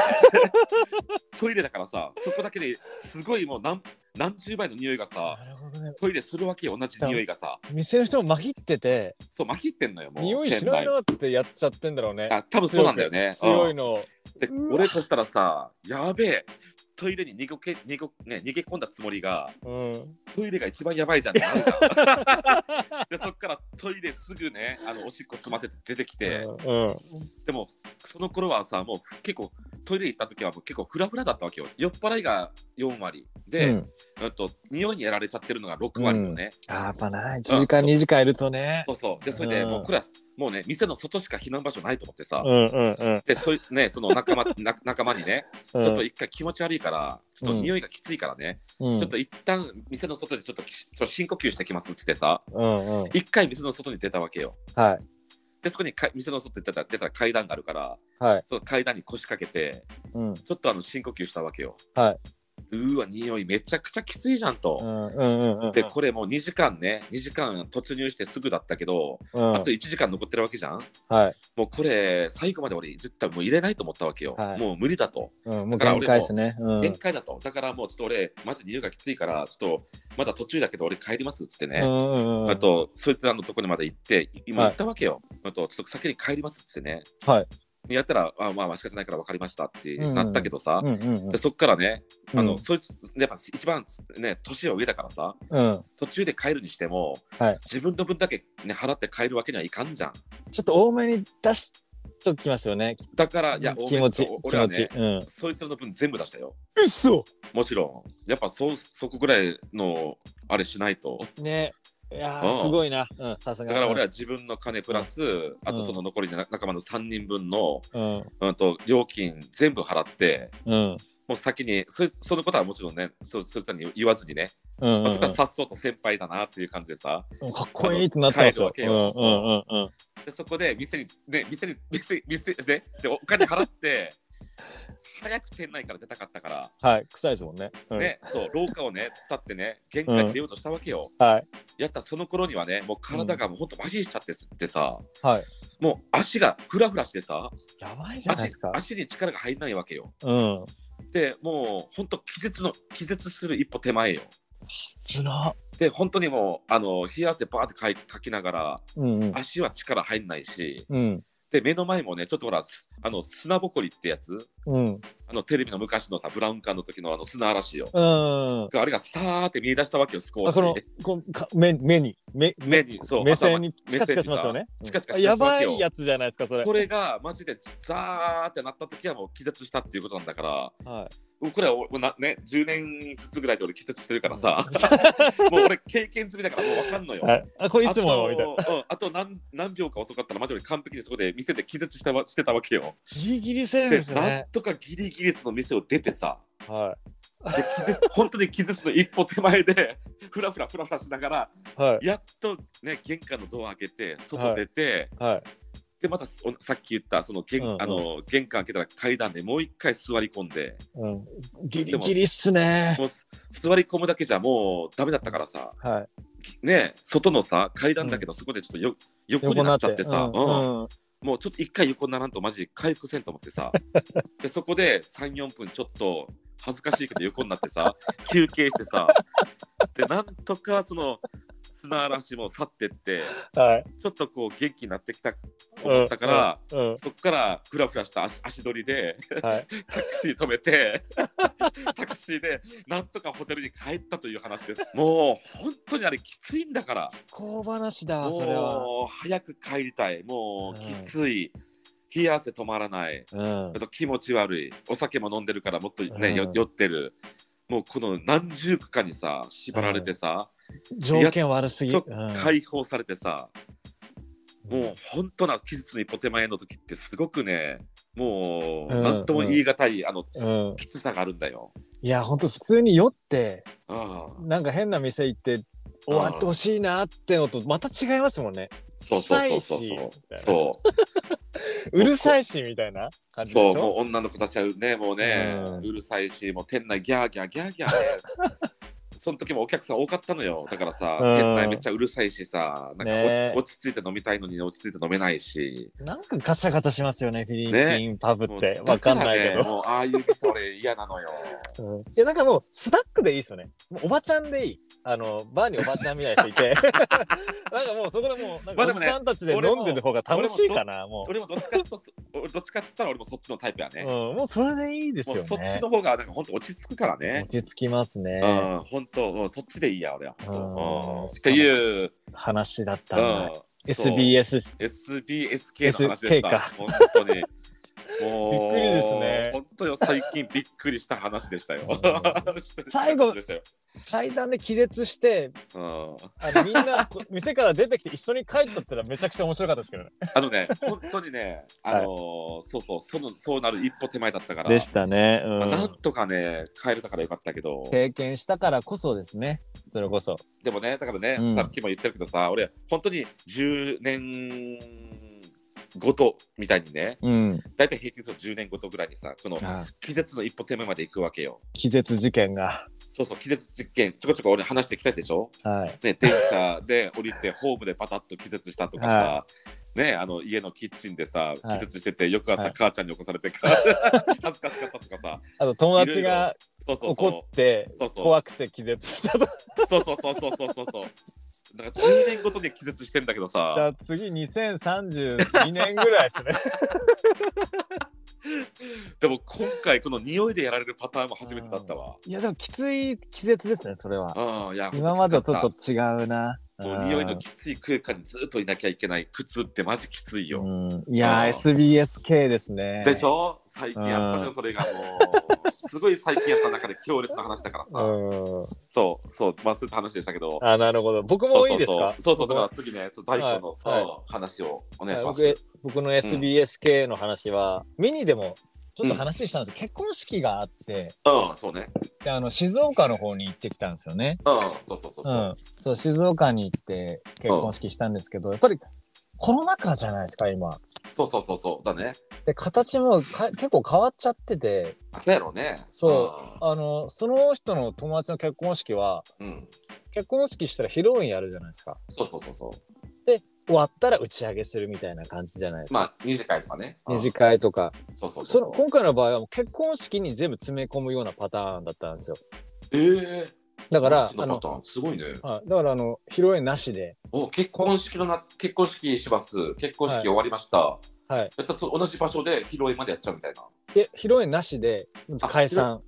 Speaker 2: トイレだからさ、そこだけですごいもう何何十倍の匂いがさ、
Speaker 1: なるほどね。
Speaker 2: トイレするわけよ、同じ匂いがさ、
Speaker 1: 店の人もまひってて、
Speaker 2: そう、まひってんのよ、もう。
Speaker 1: 匂いしない
Speaker 2: 店内
Speaker 1: なってやっちゃってんだろうね。
Speaker 2: あ多分そうなんだよね。
Speaker 1: 強
Speaker 2: う
Speaker 1: い
Speaker 2: ん
Speaker 1: の。
Speaker 2: で
Speaker 1: うわ
Speaker 2: 俺としたらさ、やべえ、トイレに逃げけ逃げ,、ね、逃げ込んだつもりが、
Speaker 1: うん。
Speaker 2: トイレが一番やばいじゃんってなるじゃ
Speaker 1: (laughs)
Speaker 2: んでそっからトイレすぐね、あのおしっこ済ませて出てきて、
Speaker 1: うん。
Speaker 2: でもその頃はさ、もう結構トイレ行った時はもう結構フラフラだったわけよ。酔っ払いが4割で、うん、と匂いにやられちゃってるのが6割のね。
Speaker 1: あーやっぱな、1時間、2時間いるとね。
Speaker 2: そうそう。で、それで
Speaker 1: うん
Speaker 2: もうクラス、もうね、店の外しか避難場所ないと思ってさ、
Speaker 1: うんうんうん。
Speaker 2: で、そいね、その仲間 (laughs) な仲間にね、
Speaker 1: ち
Speaker 2: ちょっと一回気持ち悪いから、ちょっと匂いがきついからね、
Speaker 1: うん
Speaker 2: ちょっと一旦店の外でちょっときちょっと深呼吸してきますっつってさ、
Speaker 1: うんうん。
Speaker 2: 一回店の外に出たわけよ。
Speaker 1: はい。
Speaker 2: で、そこにか店の外に出た出たら階段があるから、
Speaker 1: はい。
Speaker 2: その階段に腰掛けて、
Speaker 1: うん。
Speaker 2: ちょっとあの深呼吸したわけよ。
Speaker 1: はい。
Speaker 2: うーわ、匂いめちゃくちゃきついじゃんと。
Speaker 1: うんうんうんうん。
Speaker 2: で、これもう2時間ね、2時間突入してすぐだったけど、
Speaker 1: うん
Speaker 2: あと1時間残ってるわけじゃん。
Speaker 1: はい。
Speaker 2: もうこれ、最後まで俺、絶対もう入れないと思ったわけよ。
Speaker 1: はい
Speaker 2: もう無理だと。
Speaker 1: うん。もう限界ですね。うん。
Speaker 2: 限界だと。だからもうちょっと俺、マジ匂いがきついから、ちょっとまだ途中だけど俺帰りますっつってね。
Speaker 1: うんうんうん。
Speaker 2: あと、そいつらのところまで行って、い今
Speaker 1: はい
Speaker 2: 行ったわけよ。あと、ちょっと先に帰りますっつってね。
Speaker 1: はい。
Speaker 2: やったら、あまあ、仕方ないから分かりましたってなったけどさ、
Speaker 1: うんうん
Speaker 2: でそっからね、
Speaker 1: うん。
Speaker 2: あの、そいつ、やっぱ一番ね、年は上だからさ、
Speaker 1: うん。
Speaker 2: 途中で帰るにしても、
Speaker 1: はい
Speaker 2: 自分の分だけ、ね、払って帰るわけにはいかんじゃん。
Speaker 1: ちょっと多めに出しときますよね。
Speaker 2: だから、いや、
Speaker 1: 気持ち
Speaker 2: お、
Speaker 1: 気
Speaker 2: 俺は
Speaker 1: 持ち
Speaker 2: ね。、
Speaker 1: うん。
Speaker 2: そいつらの分全部出したよ。
Speaker 1: うっそ
Speaker 2: もちろん。やっぱそう、そこぐらいの、あれしないと。
Speaker 1: ねいや
Speaker 2: う
Speaker 1: ー
Speaker 2: ん
Speaker 1: すごいな。うん、さすが。
Speaker 2: だから俺は自分の金プラス、あとその残りの仲間の3人分の、
Speaker 1: うん。
Speaker 2: うん、と料金全部払って、
Speaker 1: うん。
Speaker 2: もう先に、そそのことはもちろんね、そそういうに言わずにね、
Speaker 1: うんうん
Speaker 2: ま
Speaker 1: う
Speaker 2: あ、そこは
Speaker 1: ん。
Speaker 2: さっそうと先輩だなっていう感じでさ、
Speaker 1: かっこいいってなったんですよ。う
Speaker 2: 帰
Speaker 1: ん
Speaker 2: る
Speaker 1: うん
Speaker 2: わけよ
Speaker 1: うんうん。
Speaker 2: でそこで店に、ね、店に、店に、店に、ね、でお金
Speaker 1: (laughs)
Speaker 2: 払って、早く店内から出たかったから、
Speaker 1: はい、臭いですもんね。うん。
Speaker 2: ね、そう、廊下をね、伝ってね、玄関に出ようとしたわけよ。
Speaker 1: はい。
Speaker 2: やったらその頃にはね、もう体がもうほんと麻痺しちゃってすってさ、
Speaker 1: はい。
Speaker 2: もう足がフラフラしてさ、
Speaker 1: やばいじゃないで
Speaker 2: 足
Speaker 1: すか。
Speaker 2: 足に力が入らないわけよ。
Speaker 1: うん。
Speaker 2: で、もうほんと気絶の、気絶する一歩手前よ。
Speaker 1: つな。
Speaker 2: で、本当にもう、あの、冷や汗バーってかいかきながら、
Speaker 1: うんうん。
Speaker 2: 足は力入んないし、
Speaker 1: うん。
Speaker 2: で、目の前もね、ちょっとほら、すあの、砂ぼこりってやつ、
Speaker 1: うん。
Speaker 2: あの、テレビの昔のさ、ブラウン管の時のあの砂嵐よ。
Speaker 1: うん。
Speaker 2: あれがさーって見え出したわけよ、少
Speaker 1: あこの
Speaker 2: し。
Speaker 1: こか目目に目
Speaker 2: 目に、そう、
Speaker 1: 目線
Speaker 2: 頭
Speaker 1: にチカチカしますよね。
Speaker 2: 目線にさチカチカ
Speaker 1: うんあ
Speaker 2: し
Speaker 1: や
Speaker 2: ますわ
Speaker 1: ば
Speaker 2: けよ
Speaker 1: いやつじゃないですかそれ。
Speaker 2: これがマジでザーってなった時はもう気絶したっていうことなんだから、
Speaker 1: はい。
Speaker 2: 僕らはな、ね、10年ずつぐらいで俺気絶してるから
Speaker 1: (laughs)
Speaker 2: さ、もう俺経験済みだからもうわかんのよ。
Speaker 1: はいあこれいつものみたいな。
Speaker 2: あと,、うん、あと何何秒か遅かったらマジで完璧にそこで店で気絶したわしてたわけよ。
Speaker 1: ギリギリセーフ
Speaker 2: で
Speaker 1: です
Speaker 2: なん
Speaker 1: ね。
Speaker 2: とかギリギリその店を出てさ、
Speaker 1: は
Speaker 2: 本当に気絶の一歩手前で、 (laughs) ふらふらふらふらしながら、
Speaker 1: いはい
Speaker 2: やっとね、玄関のドア開けて、外出て、
Speaker 1: はい。
Speaker 2: で、またおさっき言った、その玄,、
Speaker 1: うんうん
Speaker 2: あの玄関開けたら階段でもう一回座り込んで、
Speaker 1: うん。ギリギリっすね。
Speaker 2: もうす (laughs) 座り込むだけじゃもうダメだったからさ、
Speaker 1: はい。
Speaker 2: ね、外のさ、階段だけど、そこでちょっとよ、横に
Speaker 1: 横に
Speaker 2: な
Speaker 1: な
Speaker 2: っ
Speaker 1: っ
Speaker 2: ちゃってて
Speaker 1: う
Speaker 2: さ、
Speaker 1: ん
Speaker 2: うん
Speaker 1: うん
Speaker 2: もうちょっと一回横にならんとマジで回復せんと思っ
Speaker 1: (laughs)
Speaker 2: てさでそこで34分ちょっと恥ずかしいけど横になってさ休憩してさでなんとかその砂嵐も去ってって
Speaker 1: はい。
Speaker 2: ちょっとこう元気になってきたと思ったから、
Speaker 1: うん、は
Speaker 2: そこからふらふらした足足取りで、
Speaker 1: い。
Speaker 2: タクシー止めて、
Speaker 1: (laughs)
Speaker 2: タクシーでなんとかホテルに帰ったという話です。もう本当にあれきついんだから、
Speaker 1: 小話だ、それは。
Speaker 2: もう早く帰りたい、もう
Speaker 1: うん
Speaker 2: きつい、冷や汗止まらない、
Speaker 1: うん
Speaker 2: あ。と気持ち悪い、お酒も飲んでるからもっとね、
Speaker 1: うん
Speaker 2: よ酔ってる。もうこの何十区かにさ縛られてさ、
Speaker 1: 条件悪すぎ。
Speaker 2: ちょっと
Speaker 1: うん
Speaker 2: 解放されてさ、もう本当な期日の一歩手前の時ってすごくねもう
Speaker 1: うん
Speaker 2: 何とも言い難い、あの
Speaker 1: うん。
Speaker 2: きつさがあるんだよ。
Speaker 1: いや、本当普通に酔って、
Speaker 2: ああ
Speaker 1: なんか変な店行って、終わってほしいなってのと、また違いますもんね。
Speaker 2: そうそうそうそうそう
Speaker 1: 臭いし
Speaker 2: そう
Speaker 1: うるさいし、みたいな感じで
Speaker 2: そう
Speaker 1: しょ。
Speaker 2: もう女の子たちはねもうね、
Speaker 1: う
Speaker 2: うんるさいしもう店内ギャーギャーギャーギ (laughs) ャー、ね、その時もお客さん多かったのよだからさ、
Speaker 1: うん
Speaker 2: 店内めっちゃうるさいしさなんか落ち,、
Speaker 1: ね
Speaker 2: 落ち着いて飲みたいのに落ち着いて飲めないし
Speaker 1: なんかガチャガチャしますよね、フィリピンパブっ
Speaker 2: もう
Speaker 1: て。わ
Speaker 2: だ
Speaker 1: からん
Speaker 2: ね
Speaker 1: ないけど。
Speaker 2: もうああいう店俺嫌なの (laughs) よ
Speaker 1: うんいやなんかもうスナックでいいですよね。もうおばちゃんでいい。あのバーにおばちゃんみたいな人い
Speaker 2: (laughs)
Speaker 1: て、なんかもうそこでもうなん
Speaker 2: ま
Speaker 1: かお
Speaker 2: あで
Speaker 1: じ
Speaker 2: もね
Speaker 1: さんたちで飲んでる方が楽しいかな。も
Speaker 2: 俺もどっちかっつと俺どっちかっつったら俺もそっちのタイプや
Speaker 1: う、
Speaker 2: ね、
Speaker 1: うん、もうそれでいいです
Speaker 2: も
Speaker 1: よ
Speaker 2: うそっち
Speaker 1: ね。
Speaker 2: の方がなんか本当落ち着くからね
Speaker 1: 落ち着きますね。
Speaker 2: うん、本当、うんそっちでいいや、俺は。
Speaker 1: うん
Speaker 2: うんっていう、
Speaker 1: 話だった
Speaker 2: う
Speaker 1: な。
Speaker 2: ん、
Speaker 1: SBS。
Speaker 2: SBSK の話で
Speaker 1: SK
Speaker 2: し
Speaker 1: か
Speaker 2: た。本
Speaker 1: (laughs)
Speaker 2: 当に。もう
Speaker 1: びっくりですね
Speaker 2: 本当よ、最近びっくりした話でし
Speaker 1: (laughs)
Speaker 2: たよ。
Speaker 1: 最後
Speaker 2: でしたよ
Speaker 1: 階段で気絶して、
Speaker 2: うん
Speaker 1: あのみんなこ店から出てきて一緒に帰ったってのはめちゃくちゃ面白かったですけどね。
Speaker 2: あのね、本当にね、あのーそうそう、そのそうなる一歩手前だったから、
Speaker 1: たね。う
Speaker 2: まあなんとかね、帰れたからよかったけど、
Speaker 1: 経験したからこそですね。それこそ。
Speaker 2: でもね、だからね、
Speaker 1: うん
Speaker 2: さっきも言ってるけどさ、俺、本当に10年ごとみたいにね、
Speaker 1: うん。
Speaker 2: 大体平均すると10年ごとぐらいにさ、この気絶の一歩手前まで行くわけよ。
Speaker 1: 気絶事件が。
Speaker 2: そうそう、気絶実験、ちょこちょこ俺話してきたでしょ
Speaker 1: はい。
Speaker 2: ね、電車で降りて、ホームでパタッと気絶したとかさ、
Speaker 1: は
Speaker 2: ね、あの家のキッチンでさ、
Speaker 1: はい
Speaker 2: 気絶してて、翌朝、
Speaker 1: はい
Speaker 2: 母ちゃんに起こされて
Speaker 1: (laughs)
Speaker 2: から、恥ずかしかったとかさ、
Speaker 1: あと友達が
Speaker 2: そうそう
Speaker 1: 怒
Speaker 2: そ
Speaker 1: って
Speaker 2: そうそう
Speaker 1: 怖くて気絶したと
Speaker 2: う、そうそうそうそうそうそうそう、なんか10年ごとに気絶してんだけど
Speaker 1: じゃ
Speaker 2: さ、
Speaker 1: あ次2032年ぐらい
Speaker 2: (laughs)
Speaker 1: ですね
Speaker 2: でも今回、この匂いでやられるパターンも初めてだったわ。
Speaker 1: いやでもきつい気絶ですねそれは
Speaker 2: ああ、いや、
Speaker 1: 今までとちょ
Speaker 2: 本
Speaker 1: っと違うな
Speaker 2: 当きつかった。もう匂いのきつい空間にずっといなきゃいけない苦痛ってマジきついよ。
Speaker 1: うんいやー
Speaker 2: うん
Speaker 1: SBSK ですね
Speaker 2: でしょ最近やった
Speaker 1: う
Speaker 2: ね
Speaker 1: ん
Speaker 2: それがもうすごい最近やった中で強烈な話だからさ、
Speaker 1: うん
Speaker 2: そうそうまあそういった話でしたけど
Speaker 1: あなるほど僕
Speaker 2: そ
Speaker 1: も
Speaker 2: う
Speaker 1: いいですか
Speaker 2: そうそうそう
Speaker 1: 僕
Speaker 2: そうだから
Speaker 1: も
Speaker 2: 次ねちょっと大根の、
Speaker 1: はい
Speaker 2: そう
Speaker 1: は
Speaker 2: 話をお願いし
Speaker 1: は
Speaker 2: ま
Speaker 1: い
Speaker 2: す
Speaker 1: 僕僕の SBSK の話はミニでもちょっと話したんですけど結婚式があって
Speaker 2: うんそうね
Speaker 1: であの静岡の方に行ってきたんですよね
Speaker 2: うんそうそうそうそう、
Speaker 1: うん、そう静岡に行って結婚式したんですけど、やっぱりコロナ禍じゃないですか今
Speaker 2: そうそうそうそうだね
Speaker 1: で形もか結構変わっちゃってて
Speaker 2: あそうやろうね
Speaker 1: そあのその人の友達の結婚式は
Speaker 2: うん、うん、
Speaker 1: 結婚式したら披露宴やるじゃないですか
Speaker 2: そうそうそうそう
Speaker 1: 終わったら打ち上げするみたいな感じじゃないですか、
Speaker 2: まあ二次会とかねうん
Speaker 1: 二次会とか
Speaker 2: そうそう
Speaker 1: そ
Speaker 2: そう
Speaker 1: の
Speaker 2: そう
Speaker 1: 今回の場合はもう結婚式に全部詰め込むようなパターンだったんですよ
Speaker 2: ええ
Speaker 1: だから
Speaker 2: そ
Speaker 1: あ
Speaker 2: んな
Speaker 1: の
Speaker 2: パターンすごいね
Speaker 1: はいだからあの披露宴なしで
Speaker 2: お結婚式のな結婚式します結婚式終わりました、
Speaker 1: はい
Speaker 2: やったらそう同じ場所で披露宴までやっちゃうみたいな
Speaker 1: で披露宴なしで
Speaker 2: あ
Speaker 1: 解散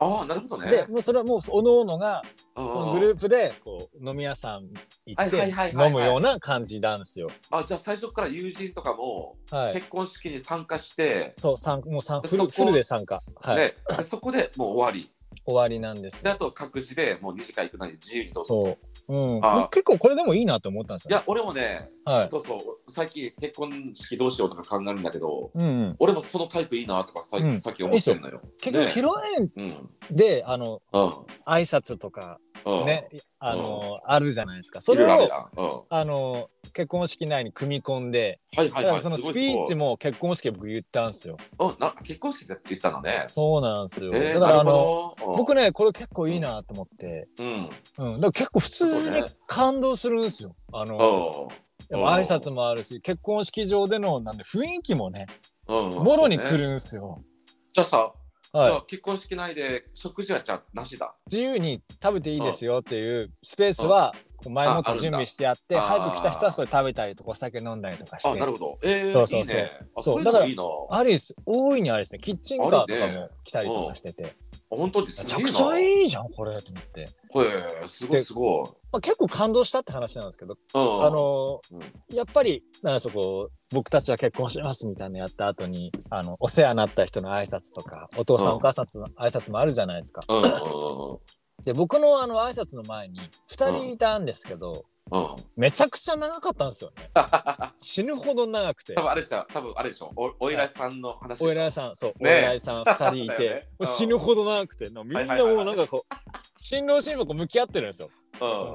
Speaker 2: ああなるほどね
Speaker 1: でもうそれはもうおのおのがそのグル
Speaker 2: ープ
Speaker 1: ープでこう飲み屋さん行っ
Speaker 2: はいはいはい
Speaker 1: て
Speaker 2: はい
Speaker 1: 飲むような感じなんですよ。
Speaker 2: あじゃあ最初から友人とかも
Speaker 1: はい。
Speaker 2: 結婚式に参加して、
Speaker 1: そうさんもうさん
Speaker 2: で
Speaker 1: フ
Speaker 2: そ
Speaker 1: ル
Speaker 2: こ
Speaker 1: フルで参加、はい
Speaker 2: ででそこでもう終わり
Speaker 1: 終わりなんです
Speaker 2: であ
Speaker 1: よ。
Speaker 2: と各自でもう二次会行くなり自由にどうぞ
Speaker 1: そう。うん、
Speaker 2: あー
Speaker 1: 僕結構これでもいいなと思ったんです
Speaker 2: い
Speaker 1: よね。
Speaker 2: や俺もね、
Speaker 1: はい。
Speaker 2: そうそう最近結婚式どうしようとか考えるんだけど
Speaker 1: うんうん、
Speaker 2: 俺もそのタイプいいなとかさ,、
Speaker 1: うん
Speaker 2: さっき思ってんのよ
Speaker 1: 結局披露宴
Speaker 2: ねうん
Speaker 1: で、あの
Speaker 2: う
Speaker 1: 挨拶とか
Speaker 2: んうん
Speaker 1: ね、あのあるじゃないですかそ
Speaker 2: い
Speaker 1: れ
Speaker 2: ろいろあ
Speaker 1: を
Speaker 2: るやん、うん、は
Speaker 1: あの結婚式内に組み込んで
Speaker 2: いは
Speaker 1: だ
Speaker 2: い
Speaker 1: か
Speaker 2: は
Speaker 1: ら
Speaker 2: い
Speaker 1: その
Speaker 2: すご
Speaker 1: ス
Speaker 2: い
Speaker 1: ピーチ
Speaker 2: す
Speaker 1: も結婚式で僕言ったんですよ
Speaker 2: ごいうんな結婚式で言ったのね
Speaker 1: そうなんですよ、
Speaker 2: えー、
Speaker 1: だから
Speaker 2: な
Speaker 1: あ
Speaker 2: る
Speaker 1: の
Speaker 2: ほど、うん、
Speaker 1: 僕ねこれ結構いいなと思って、
Speaker 2: うん
Speaker 1: うん、だから結構普通に感動するんですよ。あの、やっぱ挨拶もあるし、結婚式場での、なんで雰囲気もね、
Speaker 2: うんうん
Speaker 1: もろに
Speaker 2: そ
Speaker 1: 来
Speaker 2: うね
Speaker 1: るんですよ。
Speaker 2: じゃあさじゃ
Speaker 1: はい。
Speaker 2: あ結婚式内で食事はじゃあなしだ。
Speaker 1: 自由に食べていいですよっていうスペースは、前もって準備してあって
Speaker 2: ああるんだ
Speaker 1: 早く来た人はそれ食べたりとかお酒飲んだりとかして
Speaker 2: あ、なるほど。ええ
Speaker 1: そうそうそう
Speaker 2: いいね。あ、
Speaker 1: そう
Speaker 2: そういうのもいいな。あ、
Speaker 1: ありです大いにあれですねキッチンカーとか
Speaker 2: ある
Speaker 1: も来たりとかしてて、
Speaker 2: 本当に
Speaker 1: め
Speaker 2: す
Speaker 1: ち
Speaker 2: げ
Speaker 1: ゃ
Speaker 2: え
Speaker 1: くちゃいいじゃんこれと思って、
Speaker 2: な。へえ、すごいすごい。
Speaker 1: まあ、結構感動したって話なんですけど、
Speaker 2: うん。
Speaker 1: あの
Speaker 2: うん
Speaker 1: やっぱりなんでしょうこう僕たちは結婚しますみたいなのやった後にあのお世話になった人の挨拶とかお父さん、
Speaker 2: うん
Speaker 1: お母さんの挨拶もあるじゃないですか
Speaker 2: うんうん
Speaker 1: で僕のあの挨拶の前に2人いたんですけど、
Speaker 2: うんうん。
Speaker 1: めちゃくちゃ長かったんですよね死ぬほど長くて
Speaker 2: 多分あれでしょ、多分あれでしょ、おお偉いさんの話でしょ。
Speaker 1: お偉いさん、そう、
Speaker 2: ねえ
Speaker 1: お偉いさん2人い
Speaker 2: (laughs) だよ
Speaker 1: て
Speaker 2: ね、
Speaker 1: もう死ぬほど長くて、なみんなもうなんかこう、新郎新婦こう向き合ってるんですよ。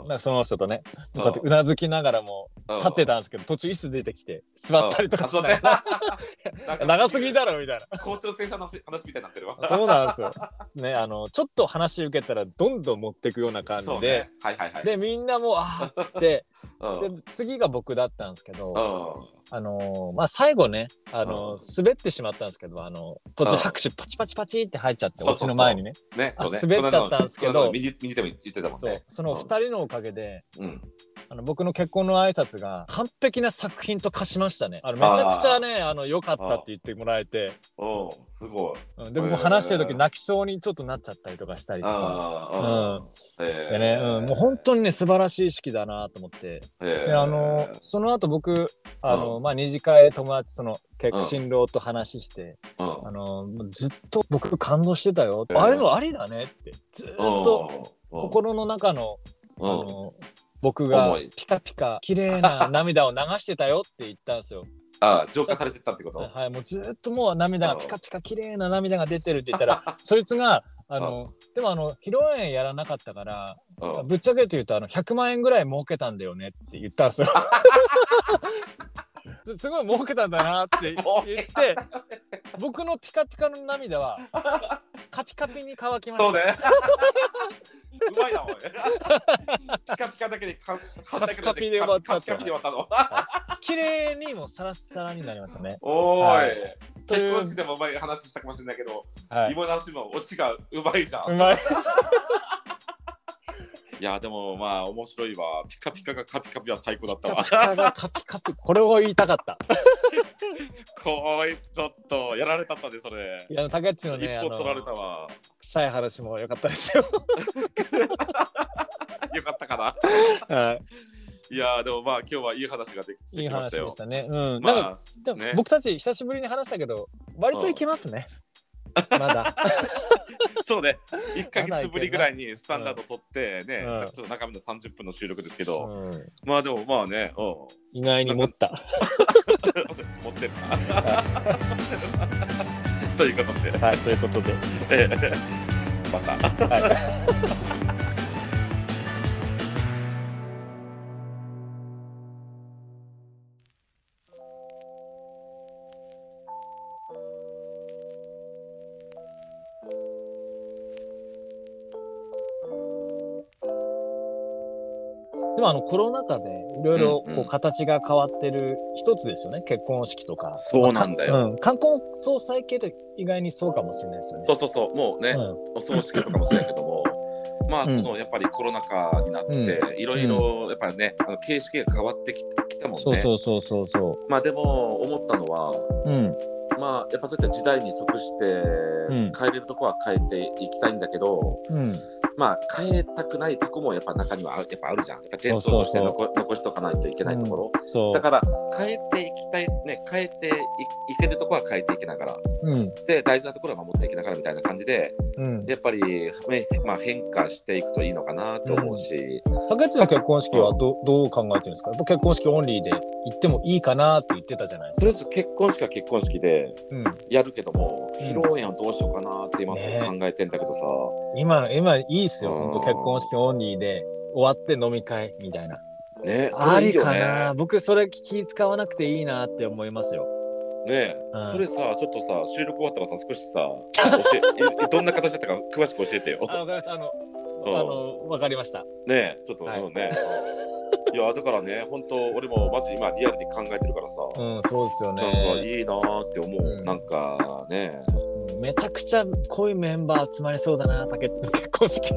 Speaker 2: うん
Speaker 1: なんかその人とね、
Speaker 2: う
Speaker 1: こう
Speaker 2: ん
Speaker 1: やってうなずきながらも
Speaker 2: うん
Speaker 1: 立ってたんですけど、途中椅子出てきて、座ったりとかし
Speaker 2: そ
Speaker 1: な
Speaker 2: う
Speaker 1: が
Speaker 2: ね
Speaker 1: ら、
Speaker 2: (laughs)
Speaker 1: 長すぎだろみたい
Speaker 2: 校長先生の話みたいになってるわ。
Speaker 1: な。 (laughs) そうなんですよ。ね、あの、ちょっと話受けたらどんどん持っていくような感じ
Speaker 2: そう
Speaker 1: で
Speaker 2: ね、、はいはいはい。
Speaker 1: で、みんなもう、あーって、
Speaker 2: うん、
Speaker 1: で、次が僕だったんですけど、
Speaker 2: うん
Speaker 1: あのーまあ、最後ね、あのー滑ってしまったんですけど、あのー途
Speaker 2: う
Speaker 1: 中
Speaker 2: ん
Speaker 1: 拍手パチパチパチって入っちゃって、
Speaker 2: そう
Speaker 1: オチ
Speaker 2: そうそう
Speaker 1: の前にね。
Speaker 2: ね、そうね。
Speaker 1: あ滑っちゃったんですけど
Speaker 2: この間の右右手も言ってたもん
Speaker 1: そ
Speaker 2: ね
Speaker 1: う。。その二人のおかげで、
Speaker 2: うん。
Speaker 1: あの、僕の結婚の挨拶が完璧な作品と化しましたね。あの、めちゃくちゃね、あの、良かったって言ってもらえて、
Speaker 2: おすごい。
Speaker 1: うん、でももう話してる時泣きそうにちょっとなっちゃったりとかしたりとか。
Speaker 2: ああ、うん。
Speaker 1: でね、うん、もう本当にね、素晴らしい式だなと思って。
Speaker 2: 当に
Speaker 1: で、あのーその後僕、あのー
Speaker 2: う
Speaker 1: まあ、二次会で友達、その、結
Speaker 2: うん
Speaker 1: 新郎と話して、
Speaker 2: うん。
Speaker 1: あのもうずっと僕感動してたよ、
Speaker 2: うん
Speaker 1: ああいうのありだねってずーっと
Speaker 2: うん、
Speaker 1: 心の中の,、
Speaker 2: う
Speaker 1: あ
Speaker 2: ん、
Speaker 1: の僕が
Speaker 2: 思い
Speaker 1: ピカピカ綺麗な涙を流してたよって言ったんです
Speaker 2: (laughs)
Speaker 1: よ。
Speaker 2: ああ、浄化されてったってこと
Speaker 1: はい、もうずーっともう涙が
Speaker 2: うん
Speaker 1: ピカピカ綺麗な涙が出てるって言ったら
Speaker 2: (laughs)
Speaker 1: そいつがあのでもあの披露宴やらなかったから
Speaker 2: うん。
Speaker 1: ぶっちゃけて言うとあの100万円ぐらい儲けたんだよねって言ったん
Speaker 2: (laughs)
Speaker 1: ですよ。すごい儲けたんだなって言って僕のピカピカの涙はカピカピに乾きま
Speaker 2: そ
Speaker 1: し
Speaker 2: う (laughs)
Speaker 1: た。
Speaker 2: ね。うまいな、おい。ピカピカだけで、か、
Speaker 1: カピカピで終わった
Speaker 2: カピカピで終わったの。
Speaker 1: 綺麗にもうサラッサラになりましたね。
Speaker 2: お
Speaker 1: は
Speaker 2: ー
Speaker 1: い
Speaker 2: い。
Speaker 1: とい
Speaker 2: 結
Speaker 1: う
Speaker 2: 婚式でもうまい話したかもしれないけど、
Speaker 1: はい。
Speaker 2: 今の話もオチがうまいじゃん
Speaker 1: う。まい。
Speaker 2: いや、でもまあ面白いわ。ピカピカがカピカピは最高だ
Speaker 1: ピ
Speaker 2: った
Speaker 1: カ
Speaker 2: わ
Speaker 1: ピ。カがカピカピ。これを言いたかった。
Speaker 2: (laughs) こいちょっとやられたったで、それ。
Speaker 1: いや、タケッチの
Speaker 2: 一
Speaker 1: ね、あ
Speaker 2: 本取られ
Speaker 1: の
Speaker 2: たわ。
Speaker 1: 臭い話も良かったですよ。
Speaker 2: よかったかな。
Speaker 1: はい
Speaker 2: や、でもまあ今日はいい話ができ
Speaker 1: い。いい
Speaker 2: できま
Speaker 1: 話
Speaker 2: したよ
Speaker 1: でし。たね。うん。なんか
Speaker 2: まあ、
Speaker 1: でも
Speaker 2: ね
Speaker 1: 僕たち久しぶりに話したけど、割といけますね。まだ。
Speaker 2: そうね、1か月ぶりぐらいにスタンダード取ってね、
Speaker 1: うん
Speaker 2: ちょっと中身の30分の収録ですけど、
Speaker 1: うん
Speaker 2: まあでもまあね、うん、
Speaker 1: 意外に持った。
Speaker 2: 持ってるな。 (laughs) ということで、 (laughs)
Speaker 1: はい、ということで。
Speaker 2: えーまた。
Speaker 1: でもあのコロナ禍でいろいろ
Speaker 2: うん
Speaker 1: こ
Speaker 2: う
Speaker 1: う
Speaker 2: ん
Speaker 1: 形が変わってる一つですよね、結婚式とか。
Speaker 2: そうなんだよ
Speaker 1: まあかうん、観光総裁系って意外にそうかもしれないですよね。
Speaker 2: そうそうそう、もうね、
Speaker 1: うん
Speaker 2: お葬式とかもそうやけども、まあそのやっぱりコロナ禍になって、いろいろやっぱりね、あの形式が変わってききたもんね。
Speaker 1: そうそうそうそうそ
Speaker 2: まあでも思ったのは、
Speaker 1: う。うん。
Speaker 2: まあやっぱそういった時代に即して、
Speaker 1: うん
Speaker 2: 変えれるとこは変えていきたいんだけど、
Speaker 1: うん。
Speaker 2: まあ変えたくないとこもやっぱ中にはあやっぱあるじゃん。やっぱ伝統として
Speaker 1: そうそうそう
Speaker 2: 残残しとかないといけないところ。
Speaker 1: そ
Speaker 2: だ
Speaker 1: う。
Speaker 2: から変えていきたいね変えていいけるところは変えていきながら
Speaker 1: うん。
Speaker 2: で大事なところは守っていきながらみたいな感じで
Speaker 1: うん。
Speaker 2: やっぱり、ねまあ、変化していくといいのかなと思うし、
Speaker 1: 竹内の結婚式はどどう考えてるんですかやっぱ結婚式オンリーで行ってもいいかなって言ってたじゃないです
Speaker 2: と
Speaker 1: か。
Speaker 2: りあえず結婚式は結婚式で
Speaker 1: うん。
Speaker 2: やるけども、
Speaker 1: うん
Speaker 2: 披露宴をどうしようかなって今
Speaker 1: ね
Speaker 2: 考えてんだけどさ、
Speaker 1: 今の、今いいっすよ。
Speaker 2: うん
Speaker 1: 本当結婚式オンリーで終わって飲み会みたいな。
Speaker 2: ね
Speaker 1: ありか
Speaker 2: それいいよ
Speaker 1: な僕それ気使わなくていいなって思いますよ。
Speaker 2: ねえ、
Speaker 1: うん
Speaker 2: それさちょっとさ収録終わったらさ少
Speaker 1: (laughs)
Speaker 2: しさ教ええどんな形だったか詳しく教えてよ。
Speaker 1: あ、わかりました。あの、
Speaker 2: うん
Speaker 1: あの、わかりました。
Speaker 2: ねえちょっと、
Speaker 1: はい
Speaker 2: うんねいやだからね本当俺もマジ今リアルに考えてるからさ、
Speaker 1: うん、そうですよ
Speaker 2: なんか
Speaker 1: ね。
Speaker 2: いいなーって思う、
Speaker 1: うん
Speaker 2: なんかね
Speaker 1: めちゃくちゃ濃いメンバー集まりそうだな、竹内の結婚式。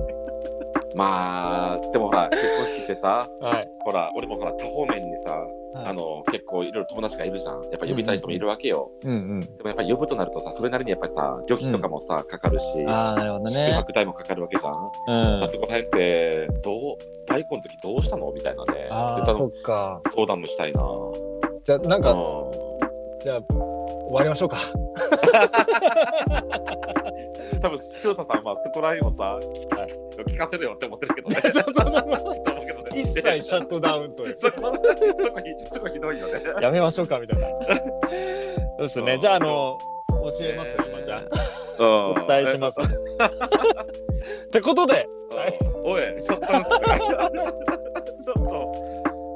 Speaker 2: まあでもほら結婚式ってさ
Speaker 1: はい。
Speaker 2: ほら俺もほら多方面にさ、あの結構いろいろ友達がいるじゃんやっぱ呼びたい人もいるわけよ、
Speaker 1: うんうん。
Speaker 2: でもやっぱり呼ぶとなるとさそれなりにやっぱりさ旅費とかもさ、かかるし
Speaker 1: ああ、なるほど
Speaker 2: 宿
Speaker 1: ね。
Speaker 2: 泊代もかかるわけじゃん、
Speaker 1: う
Speaker 2: あ
Speaker 1: ん。
Speaker 2: そこら辺ってどう大根の時どうしたのみたいなねそうい
Speaker 1: あ
Speaker 2: っ
Speaker 1: あ、
Speaker 2: た
Speaker 1: そ
Speaker 2: の
Speaker 1: っか。
Speaker 2: 相談もしたいな
Speaker 1: じゃあ、なんか、
Speaker 2: うん
Speaker 1: じゃあ、終わりま
Speaker 2: (laughs)
Speaker 1: しょうか。
Speaker 2: 多分視聴者さんはそこら辺をさ、聞かせるよって思ってるけどね。
Speaker 1: そうそうそう
Speaker 2: (laughs) と思うけどね
Speaker 1: 一切シャットダウン
Speaker 2: (laughs)
Speaker 1: という。
Speaker 2: そこそこひそこひどいよね。
Speaker 1: やめましょうかみたいな。そうですね。じゃあ、あの、教えますよ、今、じゃあ。お
Speaker 2: お
Speaker 1: 伝えします。ってことで、
Speaker 2: おい、ちょっと待ってちょっと。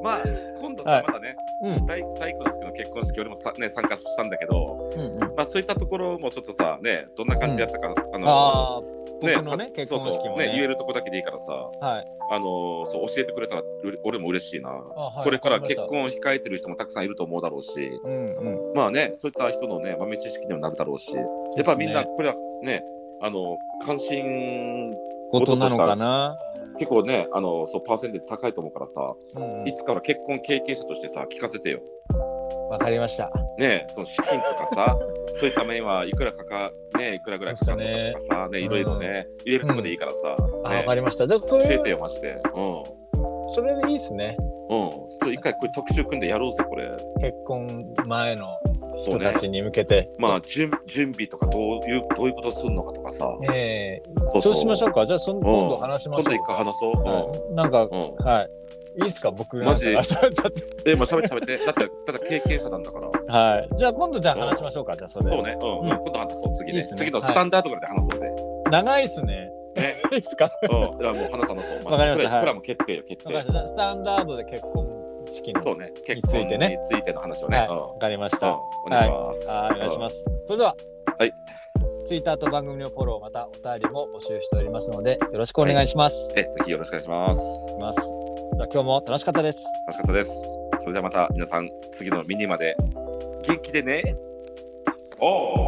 Speaker 2: まあ、今度
Speaker 1: は
Speaker 2: さ
Speaker 1: い、
Speaker 2: またね、
Speaker 1: うん
Speaker 2: 大大工の時の結婚式、俺もさ、ね、参加したんだけど、
Speaker 1: うんうん
Speaker 2: まあ、そういったところもちょっとさ、ね、どんな感じだったか、あの、
Speaker 1: ああ、僕のね、結婚式も
Speaker 2: そうそうね、言え
Speaker 1: ね。
Speaker 2: るとこだけでいいからさ、
Speaker 1: はい。
Speaker 2: あのーそう教えてくれたらうれ俺も嬉しいな、
Speaker 1: あはい
Speaker 2: これから
Speaker 1: わかり
Speaker 2: 結
Speaker 1: ました
Speaker 2: 婚を控えてる人もたくさんいると思うだろうし
Speaker 1: うんうん。
Speaker 2: まあねそういった人のね豆知識にもなるだろうしやっぱみんなこれはねあの関心
Speaker 1: ことなのかな。
Speaker 2: 結構ねあのそうパーセンテージ高いと思うからさ、
Speaker 1: うんうん
Speaker 2: いつから結婚経験者としてさ聞かせてよ
Speaker 1: わかりました。
Speaker 2: ねその資金とか
Speaker 1: (laughs)
Speaker 2: さそういった面はいくらかかねいくらぐらいかかるのかとかさねいろいろね、言えるとこでいいからさ、
Speaker 1: あ、わ
Speaker 2: ね
Speaker 1: かりました。じゃあ、そ
Speaker 2: 教えて
Speaker 1: れ、
Speaker 2: よマジでうん
Speaker 1: それでいいですね。
Speaker 2: うんちょっと一回これ特集組んでやろうぜこれ。
Speaker 1: 結婚前の
Speaker 2: そ
Speaker 1: 人
Speaker 2: う
Speaker 1: た
Speaker 2: ね
Speaker 1: ちに向けて。
Speaker 2: まあ、準準備とかどういうどういうことするのかとかさ、
Speaker 1: ええ
Speaker 2: そ
Speaker 1: そ
Speaker 2: うそう
Speaker 1: うしましょうか。じゃあ、その今度
Speaker 2: うん
Speaker 1: 話しま
Speaker 2: 今
Speaker 1: しょ
Speaker 2: 度一
Speaker 1: う
Speaker 2: 回
Speaker 1: か。
Speaker 2: 話そう。
Speaker 1: はいなんか、
Speaker 2: うんうん、
Speaker 1: はい。いいですか僕なん
Speaker 2: マジ
Speaker 1: か喋っちゃって
Speaker 2: え、まあ、喋って喋って、だって、ただ経験者なんだから。
Speaker 1: (laughs) はい。じゃあ今度じゃあ話しましょうか。じゃあそれ。
Speaker 2: そうね、うん、
Speaker 1: うん
Speaker 2: 今度話そう、次ね
Speaker 1: いいっすね
Speaker 2: 次のスタンダードぐらいで話そうで。
Speaker 1: 長いっすね。
Speaker 2: ね、
Speaker 1: (laughs) いいっすか。わ
Speaker 2: うん、だからもう話さなそう。
Speaker 1: わかりました
Speaker 2: これ
Speaker 1: はい
Speaker 2: これはもう決定よ、決
Speaker 1: かりま
Speaker 2: 定。
Speaker 1: した。スタンダードで結婚式の。
Speaker 2: そうね、結
Speaker 1: についてね
Speaker 2: 婚についての話をね。
Speaker 1: はい。
Speaker 2: うん
Speaker 1: わかりまし
Speaker 2: うん
Speaker 1: た。
Speaker 2: お願いします。
Speaker 1: はい、お願いします。それでは。
Speaker 2: はい。
Speaker 1: ツイッターと番組のフォローまたお便りも募集しておりますのでよろしくお願いします。
Speaker 2: うん。え、ぜひよろしくお願いします。
Speaker 1: お願いします。じゃあ今日も楽しかったです。
Speaker 2: 楽しかったです。それではまた皆さん、次のミニまで、元気でね。おー